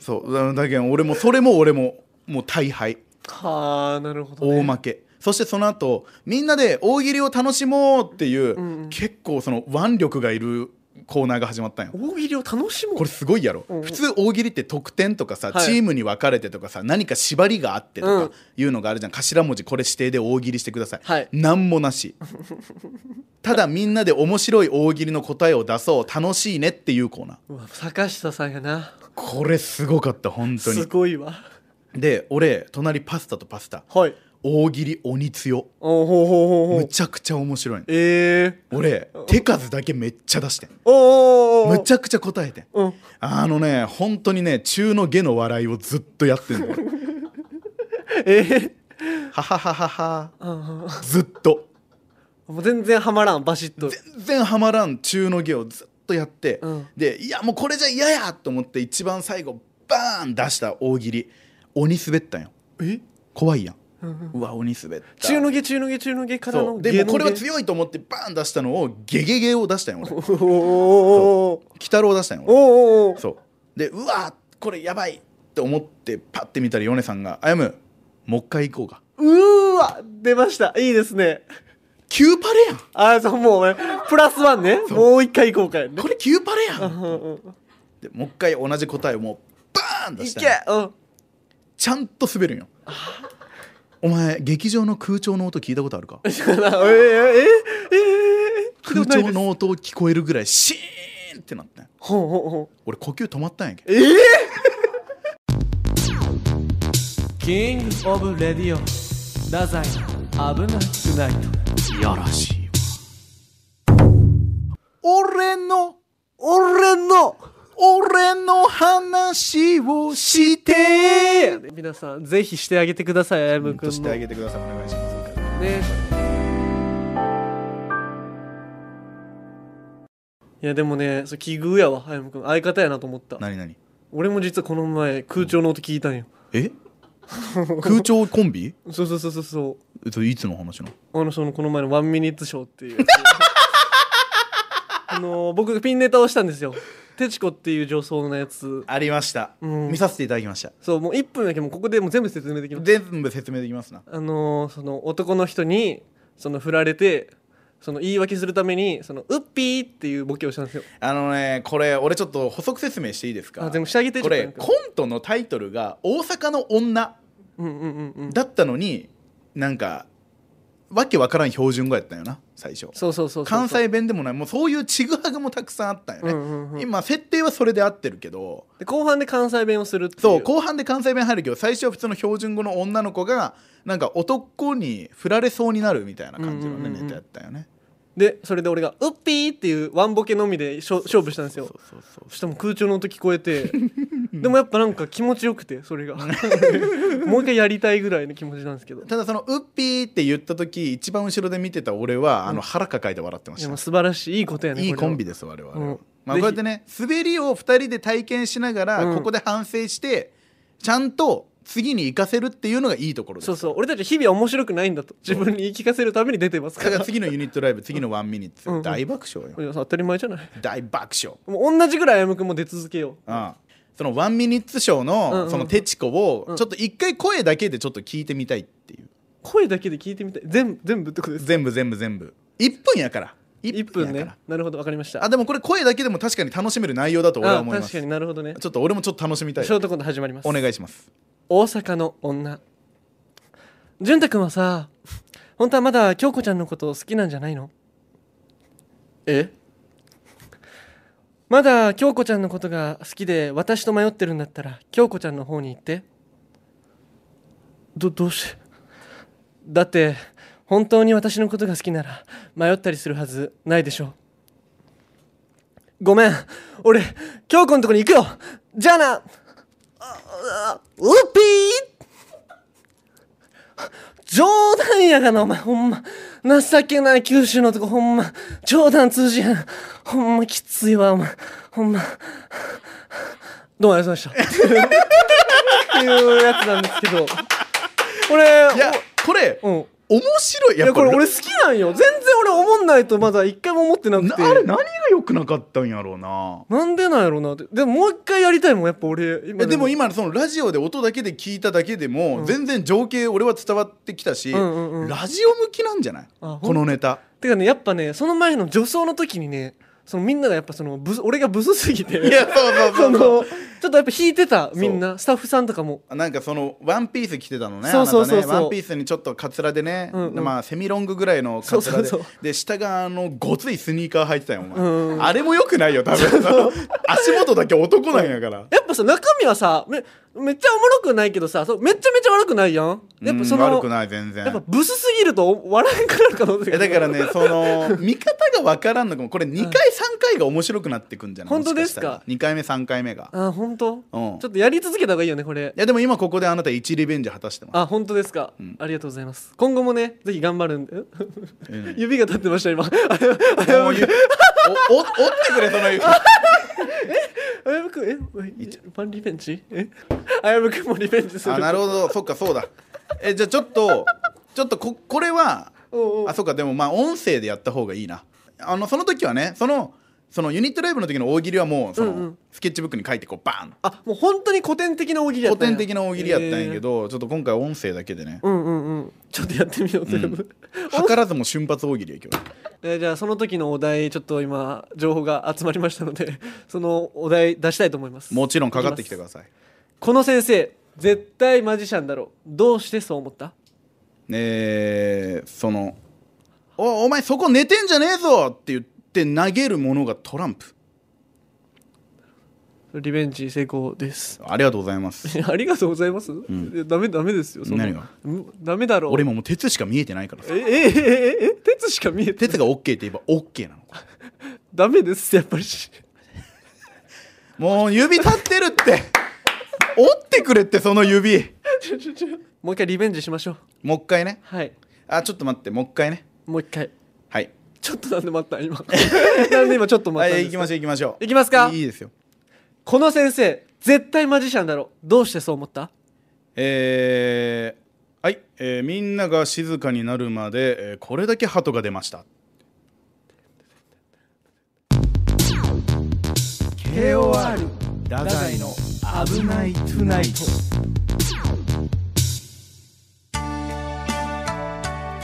S2: そうだだけど俺もそれも俺ももう大敗
S1: はあなるほど
S2: 大
S1: ね
S2: 負けそしてその後みんなで大喜利を楽しもうっていう、
S1: んうん
S2: 結構その腕力がいるコーナーが始まったんよ
S1: 大喜利を楽しもう
S2: これすごいやろ、
S1: うん
S2: 普通大喜利って得点とかさ、
S1: はい
S2: チームに分かれてとかさ何か縛りがあってと
S1: う
S2: か
S1: ん
S2: いうのがあるじゃん、頭文字これ指定で大喜利してください、
S1: はい
S2: なんもなしただみんなで面白い大喜利の答えを出そう楽しいねっていうコーナー
S1: うわ坂下さんやな
S2: これすごかった本当
S1: す
S2: に
S1: ごいわ
S2: で俺隣パスタとパスタ
S1: はい
S2: 大喜利鬼強
S1: おほうほうほうほ
S2: む
S1: う
S2: ちゃくちゃ面白いの
S1: ええ
S2: 俺手数だけめっちゃ出してん
S1: おおおお
S2: むちゃくちゃ答えてん
S1: うん
S2: あのね本当にね中の下の笑いをずっとやってんの俺
S1: ええ
S2: ははははは
S1: うんうん
S2: ずっと
S1: もう全然はまらんバシッと
S2: 全然ハマらん中の下をずっとやって、
S1: うん
S2: でいやもうこれじゃ嫌やと思って一番最後バーン出した大喜利鬼滑ったんよ
S1: え
S2: 怖いやん、うわ鬼滑った
S1: 中の下中の下中の下から
S2: そ
S1: の
S2: う
S1: 下
S2: で
S1: の下
S2: もうこれは強いと思ってバーン出したのをゲゲゲを出したんよ俺鬼
S1: *laughs* おーおー
S2: 太郎出したんよ
S1: おーおー
S2: 俺
S1: おーおー
S2: そうでうわこれやばいって思ってパッて見たらヨネさんが「あやむもう一回行こうか
S1: うーわ出ましたいいですね
S2: キューパレやん
S1: ああそうもうねプラスワンねもう一回行こうかやね
S2: これキューパレや
S1: うん
S2: ん
S1: うんうん
S2: でもう一回同じ答えをもうバーン出
S1: い
S2: したん
S1: け
S2: よ
S1: うん *laughs*
S2: ちゃんと滑るんよお前劇場の空調の音聞いたことあるか
S1: えええええ
S2: 空
S1: ないで
S2: 調
S1: す
S2: の音聞こえるぐらいシーンってなってん
S1: ほうほうほう
S2: 俺呼吸止まったんやけど
S1: ええキングオブレディオ太宰危なくない
S2: いやらしいわ俺の
S1: 俺の
S2: 俺の話をして
S1: 皆さんぜひしてあげてくださいあやむく
S2: と
S1: ん
S2: して
S1: の
S2: あ
S1: ね
S2: げてくださいお願いします
S1: いやでもねそれ奇遇やわあやむくん相方やなと思った
S2: 何何
S1: 俺も実はこの前空調の音聞いたんよ
S2: *laughs* え空調コンビ
S1: そうそうそうそうそう
S2: えっといつの話なの
S1: あのそのこの前の「ワンミニッツショー」っていう *laughs* あの僕ピンネタをしたんですよテチコっていう女装のやつ
S2: ありました、
S1: うん
S2: 見させていただきました
S1: そうもう1分だけもうここでもう全部説明できます
S2: 全部説明できますな
S1: あのその男の人にその振られてその言い訳するためにそのウッピーっていうボケをしたんですよ
S2: あのねこれ俺ちょっと補足説明していいですか
S1: あでも下着手
S2: これ
S1: ちょっとなんか
S2: コントのタイトルが「大阪の女
S1: うんうんうんうん」
S2: だったのになんかわけわからん標準語やったんよな最初
S1: そうそうそうそう
S2: 関西弁でもないもうそういうちぐはぐもたくさんあったんよね、
S1: うんうんうん
S2: 今設定はそれで合ってるけど
S1: で後半で関西弁をするっていう
S2: そう後半で関西弁入るけど最初は普通の標準語の女の子がなんか男に振られそうになるみたいな感じのね、
S1: うんうんうんうん
S2: ネタやったんよね
S1: でそれで俺が「ウッピー」っていうワンボケのみで勝勝負したんですよ
S2: そうそうそう
S1: そしたらもう空中の音聞こえ
S2: *laughs*
S1: てでもやっぱなんか気持ちよくてそれがもう一回やりたいぐらいの気持ちなんですけど
S2: ただその「ウッピー」って言った時一番後ろで見てた俺は、あ
S1: う
S2: の
S1: ん
S2: 腹抱えて笑ってまし
S1: で
S2: た
S1: も素晴らしいいいことやね
S2: いいコンビ
S1: で
S2: です我々、
S1: うん
S2: まあ、
S1: ぜひ
S2: こうやってね滑りを2人で体験しながら、
S1: うん
S2: ここで反省してちゃんと次に行かせるっていうのがいいところです
S1: そうそう俺たち日々面白くないんだと自分に言い聞かせるために出てますか
S2: だ *laughs* からら次のユニットライブ次のワンミニッツ、
S1: うん
S2: 大爆笑よ、
S1: いや当たり前じゃない
S2: 大爆笑
S1: もう同じぐらいあやむくんも出続けよう
S2: うんそのワンミニッツショ
S1: うん
S2: ー
S1: う
S2: の
S1: ん
S2: そのテチコを
S1: ん
S2: ちょっと一回声だけでちょっと聞いてみたいっていう
S1: 声だけで聞いてみたい全部全部ってことです
S2: 全部全部全部1分やから
S1: 1
S2: 1
S1: 分
S2: やか
S1: ね
S2: ら
S1: なるほどわかりました
S2: あでもこれ声だけでも確かに楽しめる内容だと俺は
S1: あ
S2: 思いま
S1: 確か
S2: す
S1: になるほどね
S2: ちょっと俺もちょっと楽しみたい
S1: ショートコント始まります
S2: お願いします
S1: 大阪の女潤太くんはさ本当はまだ京子ちゃんのこと好きなんじゃないのえまだ京子ちゃんのことが好きで私と迷ってるんだったら京子ちゃんの方に行ってどどうしてだって本当に私のことが好きなら迷ったりするはずないでしょごめん俺京子のとこに行くよじゃあなウッピー冗談やがな、お前、ほんま。情けない九州のとこ、ほんま。冗談通じへん。ほんまきついわ、お前。ほんま。どうもありがとうございました。
S2: *laughs*
S1: っていうやつなんですけど。俺、
S2: いやこれ
S1: おうん。
S2: 面白い
S1: い
S2: や
S1: や、
S2: っぱ
S1: これ俺好きなんよ。全然俺思んないとまだ一回も思ってなく
S2: な
S1: て。
S2: あれ何が良くなかったんやろうな
S1: なんでなんやろうなって。でももう一回やりたいもん、やっぱ俺。今
S2: えでも今そのラジオで音だけで聞いただけでも全然情景俺は伝わってきたし
S1: うんうんうん
S2: ラジオ向きなんじゃない
S1: あほん
S2: このネタ
S1: てかねやっぱねその前の女装の時にねそのみんながやっぱそのブス俺がブスすぎ
S2: い
S1: て
S2: やそうそう
S1: そ
S2: そう
S1: のち
S2: そう
S1: ょっとやっぱ引いてたみんなスタッフさんとかも
S2: なんかそのワンピース着てたのね
S1: そうそうそうそう
S2: あなたねワンピースにちょっとカツラでね、
S1: うんうん
S2: まあセミロングぐらいのカツラで
S1: そうそうそ
S2: で下があのごついスニーカー履いてたよお前、
S1: うんうん
S2: あれもよくないよ多分足元だけ男なんやから、
S1: やっぱさ中身はさめめっちゃおもろくないけどさそうめっちゃめちゃ悪くないやんやっぱその
S2: うん悪くない全然
S1: やっぱブスすぎるとお笑えんくなる可能性が
S2: えだからねその見方が分からんのかもこれ2回3回が面白くなってくんじゃな
S1: *laughs*
S2: い
S1: 本当ですか
S2: 2回目3回目が
S1: あ本当、
S2: うん
S1: ちょっとやり続けた方がいいよねこれ
S2: いやでも今ここであなた1リベンジ果たしてます
S1: あ本当ですか、ありがとうございます今後もねぜひ頑張るんで
S2: うん
S1: *laughs* 指が立ってました今
S2: もう言うおお折ってくれその
S1: あやむくんえワンリベンジえあやむくんもリベンジする
S2: あなるほど *laughs* そっかそうだえじゃあちょっとちょっとここれは
S1: おうおう
S2: あそっかでもまあ音声でやった方がいいなあのその時はねそのそのユニットライブの時の大喜利はもうその、
S1: うんうん
S2: スケッチブックに書いてこうバーン
S1: あもう本当に古典的な大喜利やっ
S2: 古
S1: たんや
S2: 典的な大喜利やったんやけ、ど、ちょっと今回音声だけでね
S1: えーうんうんうんちょっとやってみよう全部、
S2: 図らずも瞬発大喜利やけど
S1: *laughs* えーじゃあその時のお題ちょっと今情報が集まりましたので *laughs* そのお題出したいと思います
S2: もちろんかかってきて
S1: い
S2: く
S1: きま
S2: ださい
S1: すこの先生絶対マジシャンだろどうしてそう思った
S2: えー、その「おお前そこ寝てんじゃねえぞ!」って言って投げるものがトランプ
S1: リベンジ成功です
S2: ありがとうござ
S1: *laughs*
S2: います
S1: いやありがとうございます、
S2: ん
S1: いやダメダメですよそんな
S2: 何が
S1: うんダメだろう
S2: 俺今もう鉄しか見えてないからさ
S1: ええええええ鉄しか見えて
S2: 鉄が OK って言えば OK なの
S1: ダメですやっぱり
S2: もう指立ってるって折ってくれってその指
S1: もう一回リベンジしましょう
S2: もう一回ね
S1: はい
S2: あちょっと待ってもう一回ね
S1: もう一回
S2: はい
S1: ちょっとなんで待った
S2: *laughs*
S1: 今なんで今ちょっと
S2: は
S1: 待ったん
S2: い
S1: で
S2: 行
S1: す
S2: き
S1: か
S2: ましょう行きましょう
S1: いきますか
S2: いいですよ
S1: この先生絶対マジシャンだろどうしてそう思った
S2: えーはい、えーみんなが静かになるまで、えーこれだけ鳩が出ました
S1: KOR
S2: ダ
S1: 宰の危ない
S2: トゥナイト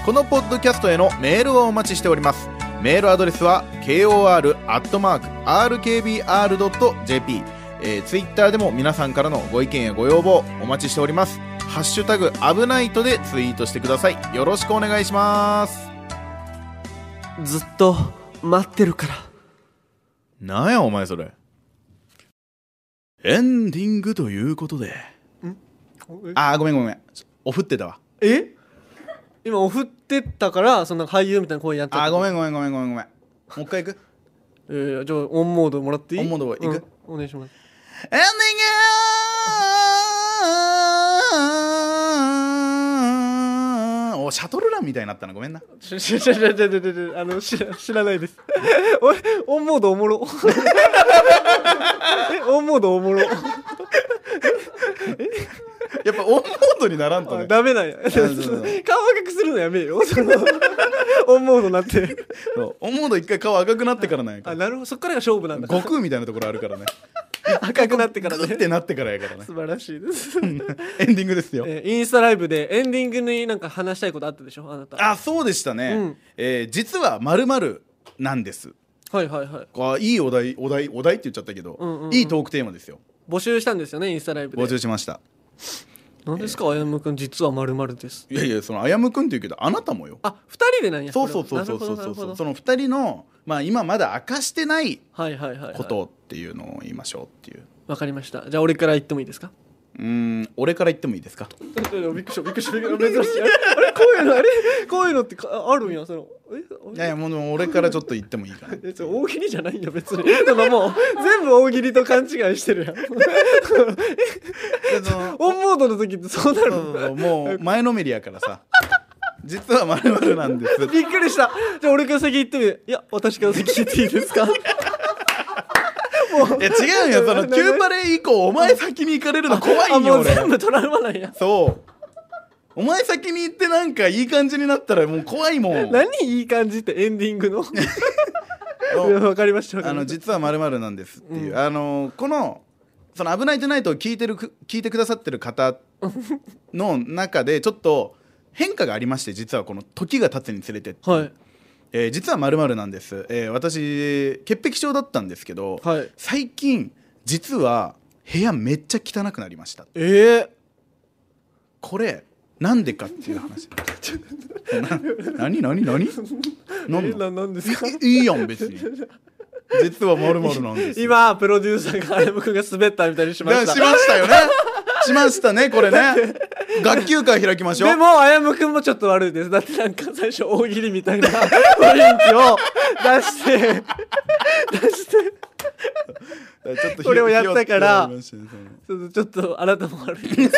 S2: このポッドキャストへのメールをお待ちしておりますメールアドレスは kor.rkbr.jp えー、ツイッターでも皆さんからのご意見やご要望お待ちしております「ハッシュタグ危ないとでツイートしてくださいよろしくお願いします
S1: ずっと待ってるから
S2: なんやお前それエンディングということであーごめんごめんおふってたわ
S1: え今お振ってったからそんな俳優みたいな声やっちゃ
S2: あ
S1: っ
S2: ー
S1: た
S2: ごめんごめんごめんごめんごめんもう一回いく
S1: いやいやじゃあオンモードもらっていい
S2: オンモードはいく
S1: うんお願いします
S2: エンディングおシャトルランみたいになったなごめんな
S1: ちょちょちょちょちょちょちょあの知ら知らない
S2: *laughs*
S1: ですおいオンモードおもろえオンモードおもろ
S2: やっぱオンモードにならんと
S1: あ
S2: ね
S1: ダメなんや *laughs* 顔
S2: そう
S1: 赤
S2: そう
S1: くするのやめよ *laughs* そのオンモードになって
S2: *laughs* そうオンモード一回顔赤くなってからなんやか
S1: あ
S2: ら
S1: なるほどそっからが勝負なんだ
S2: 悟空みたいなところあるから *laughs* ね
S1: 赤くなってから
S2: グ
S1: ね
S2: ってなってからやからね
S1: 素晴らしいです、
S2: *laughs* エンディングですよ
S1: えーインスタライブでエンディングになんか話したいことあったでしょあなた
S2: あそうでしたね、
S1: うん
S2: えー実はまるなんです
S1: はいはいはい
S2: あいいお題お題お題って言っちゃったけど、
S1: んうんうん
S2: いいトークテーマですよ
S1: 募集したんですよねインスタライブ
S2: 募
S1: で
S2: 集しました
S1: 何ですかあやむくん実はまるまるです
S2: いやいやそのあやむくんって言うけどあなたもよ
S1: あ二人でなんや
S2: そうそうそうそう
S1: こ
S2: そ
S1: れ
S2: う
S1: はな
S2: そ
S1: るほどなるほど
S2: うそうその二人のまあ今まだ明かしてない
S1: はいはいはいはい
S2: ことっていうのを言いましょうっていう
S1: わかりましたじゃあ俺から言ってもいいですか
S2: うーん俺から言ってもいいですか
S1: びっくりしたびっくり *laughs* した珍しいあれあれこういうのあれこういうのってかああるんやその
S2: い
S1: え
S2: やいやもうでも俺からちょっと言ってもいいかな
S1: えそう大喜利じゃないんだ別にでももう全部大喜利と勘違いしてるやん
S2: でその
S1: オンモードの時ってそうなる
S2: そ
S1: の
S2: うそうもう前のめりやからさ実はまるまるなんです
S1: びっくりしたじゃあ俺から先行ってみるいや私から先聞いていいですかもう
S2: いや違うよその
S1: ね
S2: キューバレー以降お前先に行かれるの怖
S1: あ
S2: いよ
S1: もう
S2: 俺
S1: 全部トラウマなんや
S2: そうお前先に行ってなんかいい感じになったらもう怖いもん
S1: 何いい感じってエンディングのいや *laughs* わかりましたわか
S2: あ
S1: り
S2: の
S1: まし
S2: 実はまるまるなんですっていう、
S1: うん
S2: あのこのその危ないトゥナイトを聞いてるく聞いてくださってる方の中でちょっと変化がありまして実はこの時が経つにつれて、
S1: たはい
S2: えー実はまるまるなんです、えー私潔癖症だったんですけど、
S1: はい
S2: 最近実は部屋めっちゃ汚くなりました
S1: えー、
S2: これなんでかっていう話 *laughs* な
S1: *laughs*
S2: 何何何何
S1: えななんですか
S2: いいやん別に実はまるまるなんですよ
S1: 今プロデューサーが歩夢君が滑ったみたいにしまし
S2: だか
S1: た
S2: らしましたよ
S1: *laughs*
S2: ねしましたねこれね学級会開きましょう
S1: でも、あやむくんもちょっと悪いです。だってなんか最初大喜利みたいな *laughs* 雰囲気を出して、出して、
S2: ちょっとひ
S1: これをやったから
S2: ひよってやりましたね
S1: ちょっとちょっとあなたも悪いです。
S2: その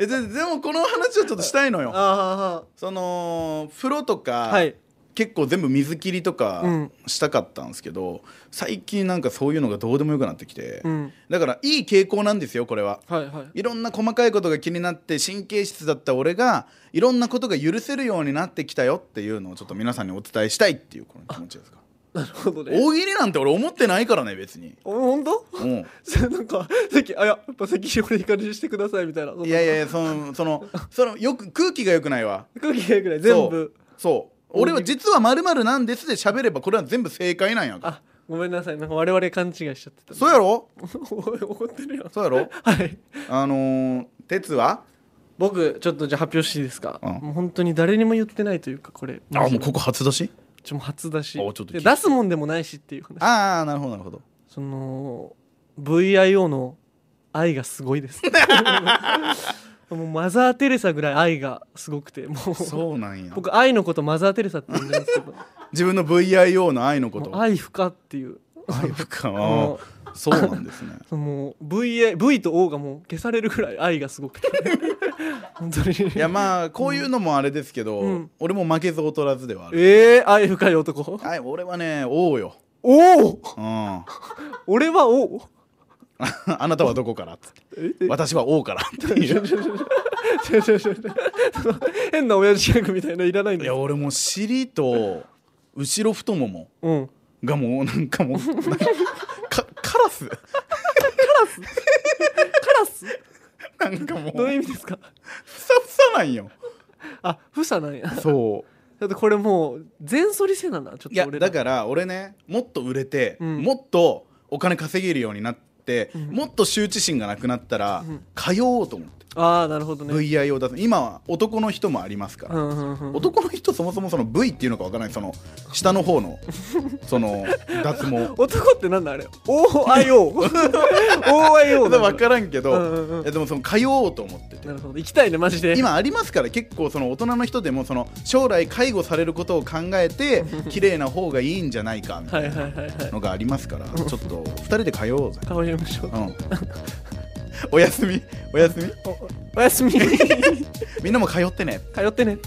S2: えででもこの話をちょっとしたいのよ
S1: あ
S2: その風呂とか、
S1: あ、はい。
S2: 結構全部水切りとか
S1: うん
S2: したかったんですけど、最近なんかそういうのがどうでもよくなってきて、
S1: うん。
S2: だからいい傾向なんですよこれは
S1: はいはい。
S2: いろんな細かいことが気になって神経質だった俺がいろんなことが許せるようになってきたよっていうのをちょっと皆さんにお伝えしたいっていうこの気持ちですか
S1: なるほどね。
S2: 大喜利なんて俺思ってないからね別に
S1: お、ほんと
S2: うん
S1: *laughs* それなんか、席、あ、いや、やっぱ席、俺いい感じにしてくださいみたいな。そんない
S2: *laughs* やいやいやそのそ *laughs* のそのよく空気が良くないわ
S1: 空気がぐらい全部。
S2: そうそう俺は実はまるなんですで喋ればこれは全部正解なんやから
S1: あ、ごめんなさい。なんか我々勘違いしちゃってた。
S2: そうやろ
S1: *laughs* おい、怒ってるよ。
S2: そうやろ
S1: はい。
S2: あのー、鉄は
S1: 僕、ちょっとじゃあ発表していいですか。
S2: うん
S1: もう本当に誰にも言ってないというか、これ。
S2: あもうここ初出し
S1: ちょもう初だし
S2: あちょっと聞いて
S1: で出すもんでもないしっていう話
S2: ああなるほどなるほど
S1: その VIO の愛がすごいです
S2: *laughs*
S1: もうマザー・テレサぐらい愛がすごくてもう
S2: そうなんや
S1: 僕愛のことマザー・テレサって言うんですけど
S2: 自分の VIO の愛のこと
S1: もう愛深っていう
S2: 愛深
S1: あの
S2: はそうなんです *laughs* ね
S1: そのもう VI V と O がもう消されるぐらい愛がすごくて
S2: *laughs*
S1: 本当に
S2: いやまあこういうのもあれですけど、
S1: うん
S2: 俺も負けず劣らずではある、
S1: ええ愛深い男
S2: はい俺はね王よ、
S1: おお
S2: うん、あ
S1: 俺はおお
S2: *laughs* なたはどこからつって
S1: え
S2: 私は王からっていう
S1: 違う違う違う違う変な親父ギャグみたいなのいらないん
S2: *laughs* い
S1: だ
S2: や
S1: よ。
S2: 俺もう尻と後ろ太もも
S1: うん。
S2: がもうなんか *laughs* もうなんかかカラス
S1: カラス
S2: なんかもう
S1: *laughs* どういう意味ですか
S2: ふさふさなんよ
S1: あ、ふさなんや。だ
S2: そ
S1: ってこれもう、全反りせなんだ。ちょ
S2: うい
S1: っ
S2: や
S1: と俺
S2: だ
S1: ら。
S2: から俺ねもっと売れて、
S1: うん
S2: もっとお金稼げるようになって、
S1: ん
S2: もっと羞恥心がなくなったら、
S1: うん
S2: 通おうと思って
S1: ああなるほどね、
S2: VI を出す今は男の人もありますから、
S1: うんうんうん、
S2: 男の人そもそもその V っていうのかわからないその下の方のその脱毛
S1: 男ってなんだあれ *laughs* OIO
S2: *laughs*
S1: OIO
S2: 分
S1: な
S2: か
S1: る
S2: らんけど、
S1: うんうんうん
S2: いやでもその通おうと思ってて
S1: なるほど行きたいねマジで
S2: 今ありますから結構その大人の人でもその将来介護されることを考えて綺麗な方がいいんじゃないかみた
S1: はいいはい
S2: な
S1: はいはい
S2: のがありますからちょっと2人で通おうぜ、
S1: 顔読みましょう
S2: うん、おやすみおやすみ
S1: おおやすみ通
S2: *laughs* みんなも通ってね
S1: ってね